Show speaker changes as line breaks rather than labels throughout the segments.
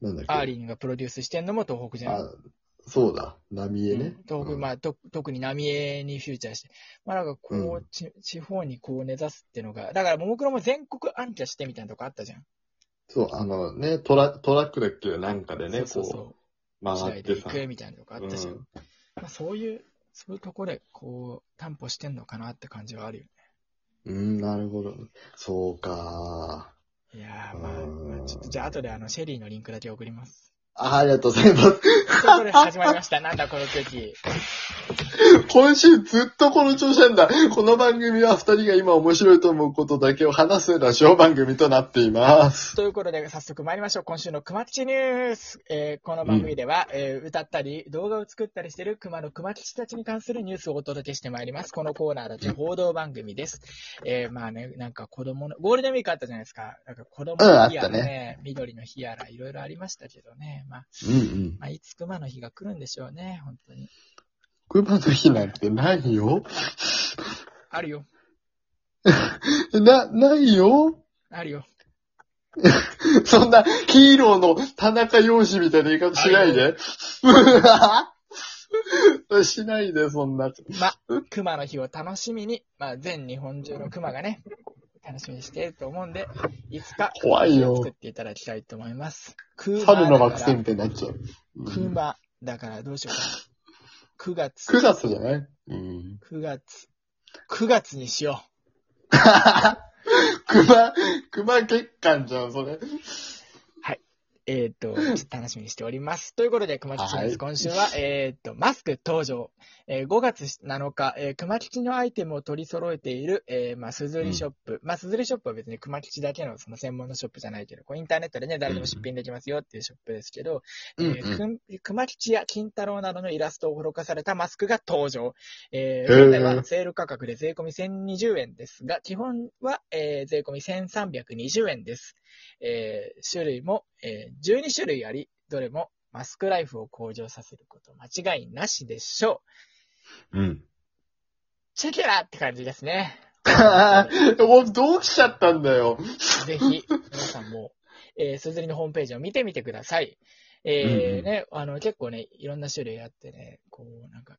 なんだっけ
アーリンがプロデュースしてんのも東北じゃん。
あ、そうだ。浪江ね。
東北、まあ、と特に浪江にフューチャーして、まあなんかこう、
うん
ち地方にこう根ざすっていうのが、だからももクロも全国アンチャしてみたいなとこあったじゃん。
そう、あのね、トラトラックだっけなんかでね、
そうそう
こ、
そう
曲がっ
う。時代で
て
行
さ。
くみたいなとこあったじゃん。
うん
まあ、そういう、そういうところでこう、担保してんのかなって感じはあるよ
うん、なるほど。そうか。
ね。いやー、まあ、
うん
まあちょっとじゃあ後であの、シェリーのリンクだけ送ります。
あありがとうございます。
ということで始まりました。なんだこの空気。
今週ずっとこの調子なんだ。この番組は二人が今面白いと思うことだけを話すラジオ番組となっています。
ということで、早速参りましょう。今週の熊吉ニュース。えーこの番組では、えー歌ったり、動画を作ったりしている熊の熊吉たちに関するニュースをお届けしてまいります。このコーナーだって報道番組です。えーまあね、なんか子供の、ゴールデンウィークあったじゃないですか。なんか子供の日やら
うんあった
ね、緑の日やら、いろいろありましたけどね。まあ、
うんうん。
まあ、いつ熊の日が来るんでしょうね、本当に。
熊の日なんてないよ。
あるよ、
な、ないよ。
あるよ。
そんなヒーローの田中洋子みたいな言い方しないで。 しないで、そんな。
まあ、熊の日を楽しみに、まあ、全日本中の熊がね、楽しみにしていると思うんで、いつか、
怖いよ
作っていただきたいと思います。クーマ
猿の惑星
だ
み
か
たいになっちゃう。う
ら
ん
クマだからどうしようかな。9月、
9月じゃないうん。
9月、9月にしよ
熊、 熊血管じゃん、それ。
う。えっ、と、ちょっと楽しみにしております。ということで、熊吉
は
です。
い
今週は、えっ、と、マスク登場。えー5月7日、えー、熊吉のアイテムを取り揃えている、えー、まあ、すずりショップ。まあ、すずりショップは別に熊吉だけのその専門のショップじゃないけど、こうインターネットでね、誰でも出品できますよっていうショップですけど、え
うん
ーくん熊吉や金太郎などのイラストを施されたマスクが登場。え
へー
ー、現在はセール価格で税込み1020円ですが、基本は、えー税込み1320円です。えー種類も、えー12種類あり、どれもマスクライフを向上させること間違いなしでしょう。
うん。
チェケラって感じですね。
お どうしちゃったんだよ。
ぜひ、皆さんも、えー、すずりのホームページを見てみてください。えー
うんうん
ね、あの、結構ね、いろんな種類あってね、こう、なんか、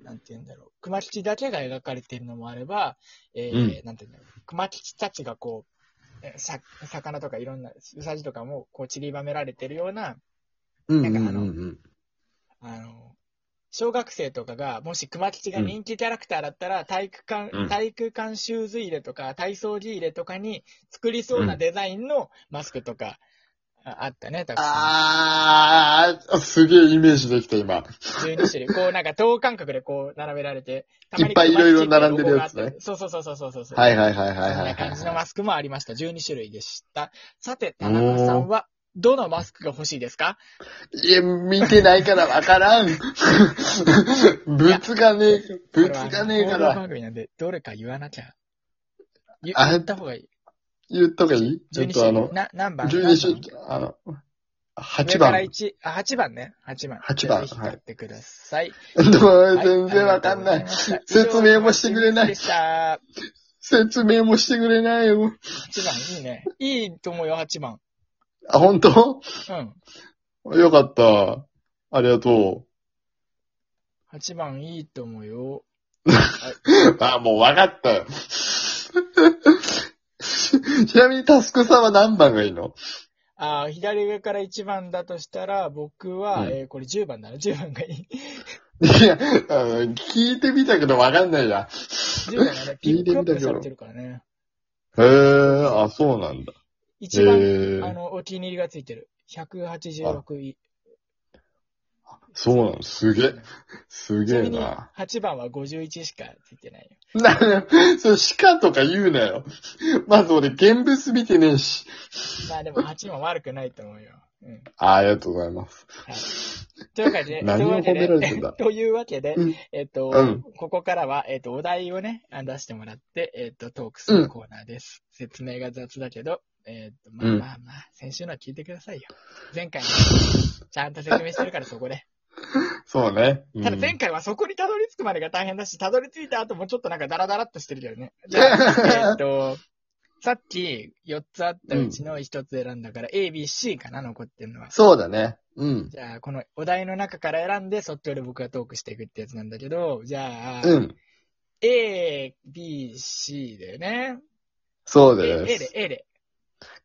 なんて言うんだろう。熊吉だけが描かれてるのもあれば、えーなんて言うんだろう。熊吉たちがこう、えーさ魚とかいろんな、うさじとかも、こう、散りばめられてるような、
うん
なんかあの
うん
あの、小学生とかが、もし熊吉が人気キャラクターだったら、体育館、
うん
体育館シューズ入れとか、体操着入れとかに作りそうなデザインのマスクとか、ああったね、たくさん。
あー、すげえイメージできた、今。
12種類。こう、なんか等間隔でこう、並べられて、
いっぱいいろいろ並んでるやつね
ね。そうそうそうそうそうそう。
はいはいはいはい
そん
はい
な感じの
は
マスクもありました。12種類でした。さて、田中さんは、どのマスクが欲しいですか
い。いや、見てないからわ からん。ぶつがねえ、ぶつがねえか
これは
ら。
あの報道番組なんで、どれか言わなきゃ。言
あ
言った方がいい。
言った方がいいちょっ
12
とあ
種類
の、
な何番
12
何番
種、あの、8
上から
番。
1、あ、8番ね。8番。
8番
じゃあぜひ買ってください。
どう
はい
全然わかんな。
あ
い。
りがとうござました
説明もしてくれない
以上マッチング
説明もしてくれないよ。
でした。8番、いいね。いいと思うよ、8番。
あ、本当
うん。
よかった。ありがと
8番いいと思うよ。
う。あ、もうわかった よ。ちなみにタスクさんは何番がいいの
あー左上から1番だとしたら、僕は、
うん
えーこれ10番だな。10番がいい。
いや、あの、聞いてみたけどわかんないな。
10番がね、ピックアップされてるからね。
へえ、あ、そうなんだ。
一番、
へ
あ
え、
の、お気に入りがついてる。186位。
そうなんだ。すげえ、す
ちな
げえ
みに、
な。
8番は51しかついてないよ。
な、 そう、鹿とか言うなよ。まず俺、現物見てねえし。
まあでも8も悪くないと思うよ。うん。
あありがとうございます。
というわけで、
何を褒められてんだ
というわけで、
うん
えっと、
うん
ここからは、えっと、お題をね、あ出してもらって、えっと、トークするコーナーです。説明が雑だけど、えっと、まあ
うん
まあまあ、先週のは聞いてくださいよ。前回の、ちゃんと説明してるからそこで。
そうね。うん
ただ前回はそこにたどり着 くまでが大変だし、たどり着いた後もちょっとなんかダラダラっとしてるけどね。じゃあ、えっと、さっき4つあったうちの1つ選んだから、A、B、C かな、残ってるのは。
そうだね。うん。
じゃあ、このお題の中から選んで、即興で僕がトークしていくってやつなんだけど、じゃあ、
うん。
A、B、C だよね。
そう
A, A
で。、
です A で。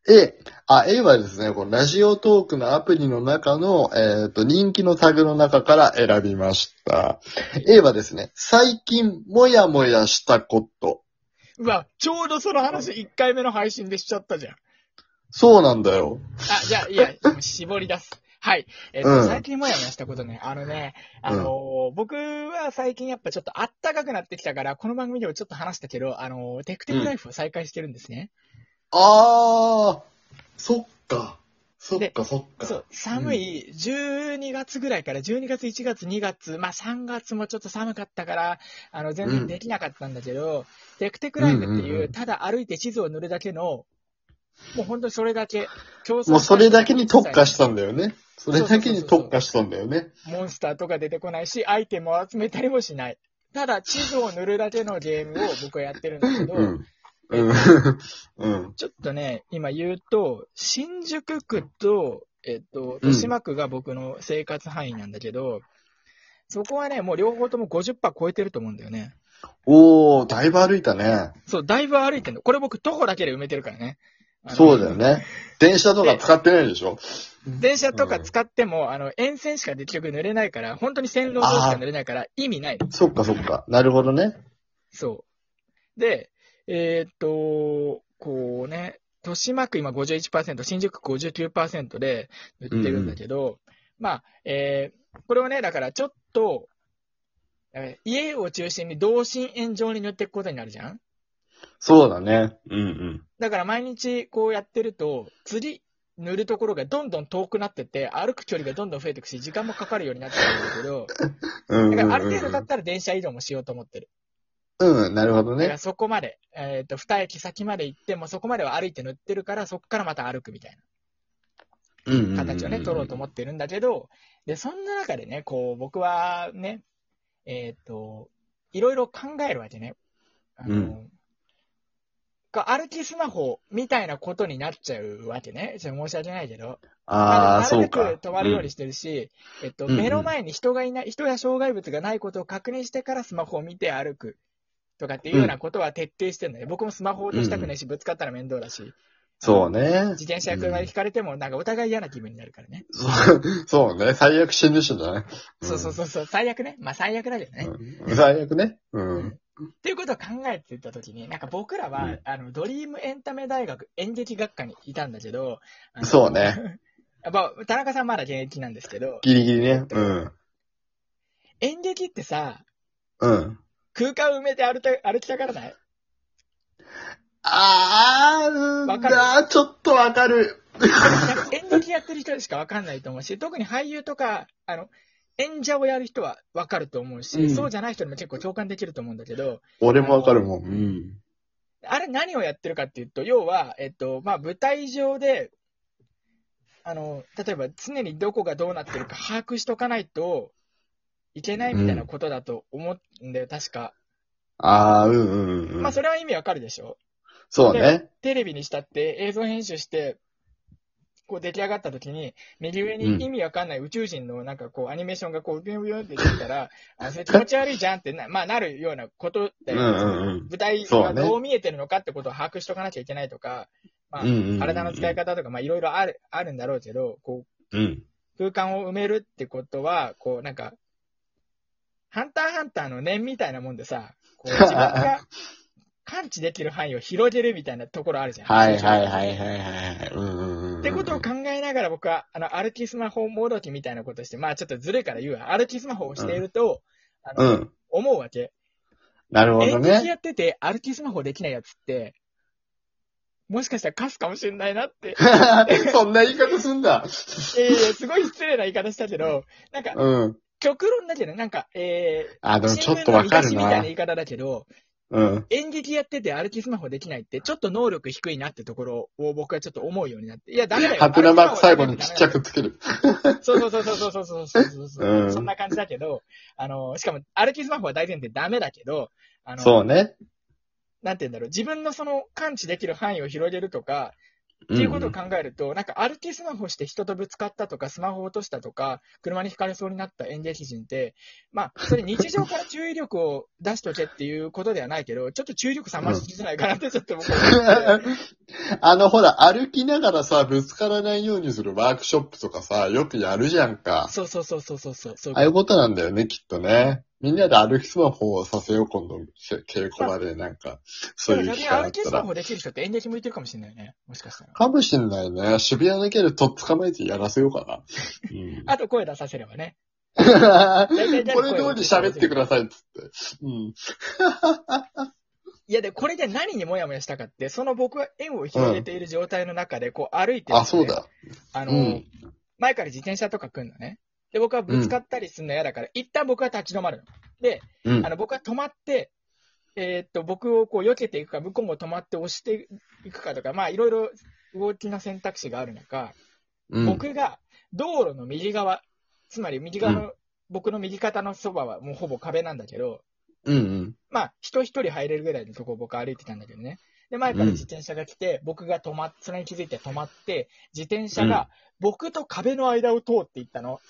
A、あ、A はですね、このラジオトークのアプリの中の、えっ、と、人気のタグの中から選びました。A はですね、最近、もやもやしたこと。
うわ、ちょうどその話1回目の配信でしちゃったじゃん。
そうなんだよ。
あ、じゃあ、いや、もう絞り出す。はい。えっ、と、
うん
最近もやもやしたことね、あのね、あのー僕は最近やっぱちょっとあったかくなってきたから、この番組でもちょっと話したけど、あのーテクテクライフを再開してるんですね。
あー、そっか。そっか、そっか。
そう、寒い12月ぐらいから、12月、1月、2月、まあ3月もちょっと寒かったから、あの、全然できなかったんだけど、テクテクライフって
うんうん
いうう、
ん
ただ歩いて地図を塗るだけの、もう本当にそれだけ、競争
もうそれだけに特化したんだよね。それだけに特化したんだよね。
モンスターとか出てこないし、アイテムを集めたりもしない。ただ、地図を塗るだけのゲームを僕はやってるんだけど、
うん。うん。 うん。
ちょっとね、今言うと、新宿区と、えっと、
うん
豊島区が僕の生活範囲なんだけど、そこはね、もう両方とも50%超えてると思うんだよね。
おー、だいぶ歩いたね。
そう、だいぶ歩いてるの。これ僕、徒歩だけで埋めてるからね。あの
そうだよ。ね。電車とか使ってないでしょ。
電車とか使っても、あの、沿線しか結局塗れないから、本当に線路上しか塗れないから、意味ない。
そっかそっか。なるほどね。
そう。で、えーっと、こうね、豊島区今51%、新宿区59%で売ってるんだけど、まあ、えーこれをね、だからちょっと、えー家を中心に同心円状に塗っていくことになるじゃん
そうだね。うん
だから毎日こうやってると、次塗るところがどんどん遠くなってって、歩く距離がどんどん増えていくし、時間もかかるようになってくるんだけど、
うん。うん
だ
うん、
からある程度
う
だっ
ん。
たら電車移動もしようと思ってる。
うん、なるほど
だから
ね。
そこまで、えっ、と、二駅先まで行っても、そこまでは歩いて塗ってるから、そこからまた歩くみたい
うんうんうんうん。
な形をね、取ろうと思ってるんだけど、で、そんな中でね、こう、僕はね、えっ、と、いろいろ考えるわけね。あの、
う
こう歩きスマホみたいなことになっちゃうわけね。ちょっと申し訳ないけど。
ああ、
な
そう
るべく
か。
止まるようにしてるし、えっと、
うんうん
目の前に人がいない、人や障害物がないことを確認してからスマホを見て歩くとかっていうようなことは徹底してるので、僕もスマホを落としたくないし、ぶつかったら面倒だし、
そうね。
自転車や車
う
で
ん
引かれても、なんかお互い嫌な気分になるからね。
そう そうね。最悪死ぬしだね。
そうそう
う
そうそう、最悪ね。まあ最悪だけどね。
ん。最悪ね。うん。
っていうことを考えてたときに、なんか僕らは、
うん
あの、ドリームエンタメ大学演劇学科にいたんだけど、あの
そうね。
やっぱ、田中さんまだ現役なんですけど、
ギリギリね。うん。
演劇ってさ、
うん。
空間を埋めて歩た歩きたがらない
あー、
わかる
あーちょっとわかる。
なんか演劇やってる人しかわかんないと思うし、特に俳優とか、あの、演者をやる人はわかると思うし、
うん
そうじゃない人にも結構共感できると思うんだけど、
俺もわかるもん。うん。
あれ何をやってるかっていうと、要は、えっと、まあ、舞台上で、あの、例えば常にどこがどうなってるか把握しとかないといけないみたいなことだと思うんだよ、確か。
あー、うんうんうんうん。
まあ、それは意味わかるでしょ
そうね。
テレビにしたって映像編集して、こう出来上がった時に、右上
うん
に意味わかんない宇宙人のなんかこうアニメーションがこうビュンビュンって出てたら、あそれ気持ち悪いじゃんってな、 まあなるようなこと
う
だ
ん
よ
う
ね。
んうん。
舞台
そう
が
ね
どう見えてるのかってことを把握しとかなきゃいけないとか、まあ
うんうんうん
体の使い方とか、まあいろいろある、あるんだろうけど、こう
うん。
空間を埋めるってことは、こうなんか、ハンターハンターの念みたいなもんでさ、こう自 分が感知できる範囲を広げるみたいなところあるじゃん。
はいはいはいはいはいはい。うんうんうんうん。
ってことを考えながら僕は、あの、歩きスマホもどきみたいなことして、まあちょっとずるいから言うわ。歩きスマホをしていると、あ
う
の、
ん。
思うわけ。
なるほど
演劇
ね。
やってて歩きスマホできないやつって、もしかしたら貸すかもしれないなって。
そんな言い方すんだ。
いやいや、すごい失礼な言い方したけど、なんか、
うん。
極論だけど、なんか、え
あ、
ー、
でもちょっと
新聞の
わ
見
か
出し
る
みたいな
な
言。い方だけど、
うん。
演劇やってて歩きスマホできないって、ちょっと能力低いなってところを僕はちょっと思うようになって。いや、ダメだよ。
ハテナマーク最後に
歩き
ち
スマホダメだよ
っちゃくつける。
そうそうそうそうそうそうそうそうそう、
うん
そんな感じだけど、あの、しかも歩きスマホは大前提ダメだけど、あの、
そうね。
なんて言うんだろう、自分のその感知できる範囲を広げるとか、っていうことを考えると、なんか歩きスマホして人とぶつかったとか、スマホ落としたとか、車にひかれそうになった演劇人って、まあ、それ日常から注意力を出しとけっていうことではないけど、ちょっと注意力冷ましすぎじゃないか なってちょっと僕は思って。
あの、ほら、歩きながらさ、ぶつからないようにするワークショップとかさ、よくやるじゃんか。
そうそうそうそうそうそうそういう
ああいうことなんだよね、きっとね。みんなで歩きスマホをさせよう、今度、稽古場で、なんか、そういう機
逆に
会あ
歩
った
きスマ
ら。
ホできる人って演劇向いてるかもしれないね。もしかしたら。
かもしんないね。渋谷のギャルとっ捕まえてやらせようかな。うん
あと声出させればね。
これ通り喋ってくださいっつって。うん。
いやで、これで何にもやもやしたかって、その僕は円を広げている状態の中で、こう歩いてる、
あ、そう。だ。
あ
う
の、
ん。
前から自転車とか来んのね。で、僕はぶつかったりするの嫌だから、一旦僕は立ち止まるの。で、
うん
あ。の、僕は止まって、えーっと、僕をこう避けていくか、向こうも止まって押していくかとか、まあ、いろいろ動きの選択肢がある中、
うん、
僕が道路の右側、つまり右側の、僕の右肩のそばはもうほぼ壁なんだけど、
うんうん。
まあ、人一人入れるぐらいのとこを僕は歩いてたんだけどね。で、前から自転車が来て、僕が止まっ、それに気づいて止まって、自転車
うん
が僕と壁の間を通っていったの。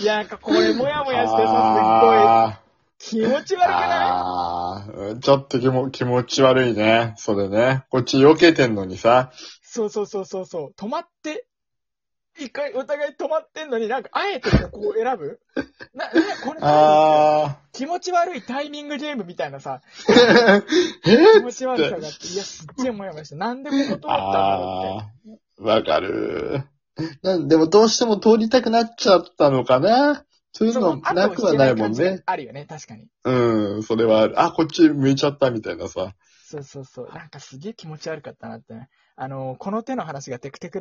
いや、なんかこれもやもやしてさ、
あー
すっごい気持ち悪くない
あーうんちょっと気も気持ち悪いね。それね。こっち避けてんのにさ。
そうそうそうそうそう。止まって、一回お互い止まってんのになんか、あえてここを選ぶな、な、これ何
あ
気持ち悪いタイミングゲームみたいなさ、
ー。
気持ち悪さがあって、いや、すっげえもやもやして、なんでここ通ったんだろうっ
あー。わかる。なんでもどうしても通りたくなっちゃったのかなそうい
て。
うの
そ
なくはないもん。
後を引け感
ね
じ。あるよね、確かに。
うん、それはある。あ、こっち向いちゃったみたいなさ。
そうそうそう。なんかすげえ気持ち悪かったなってね。あの、この手の話がテクテク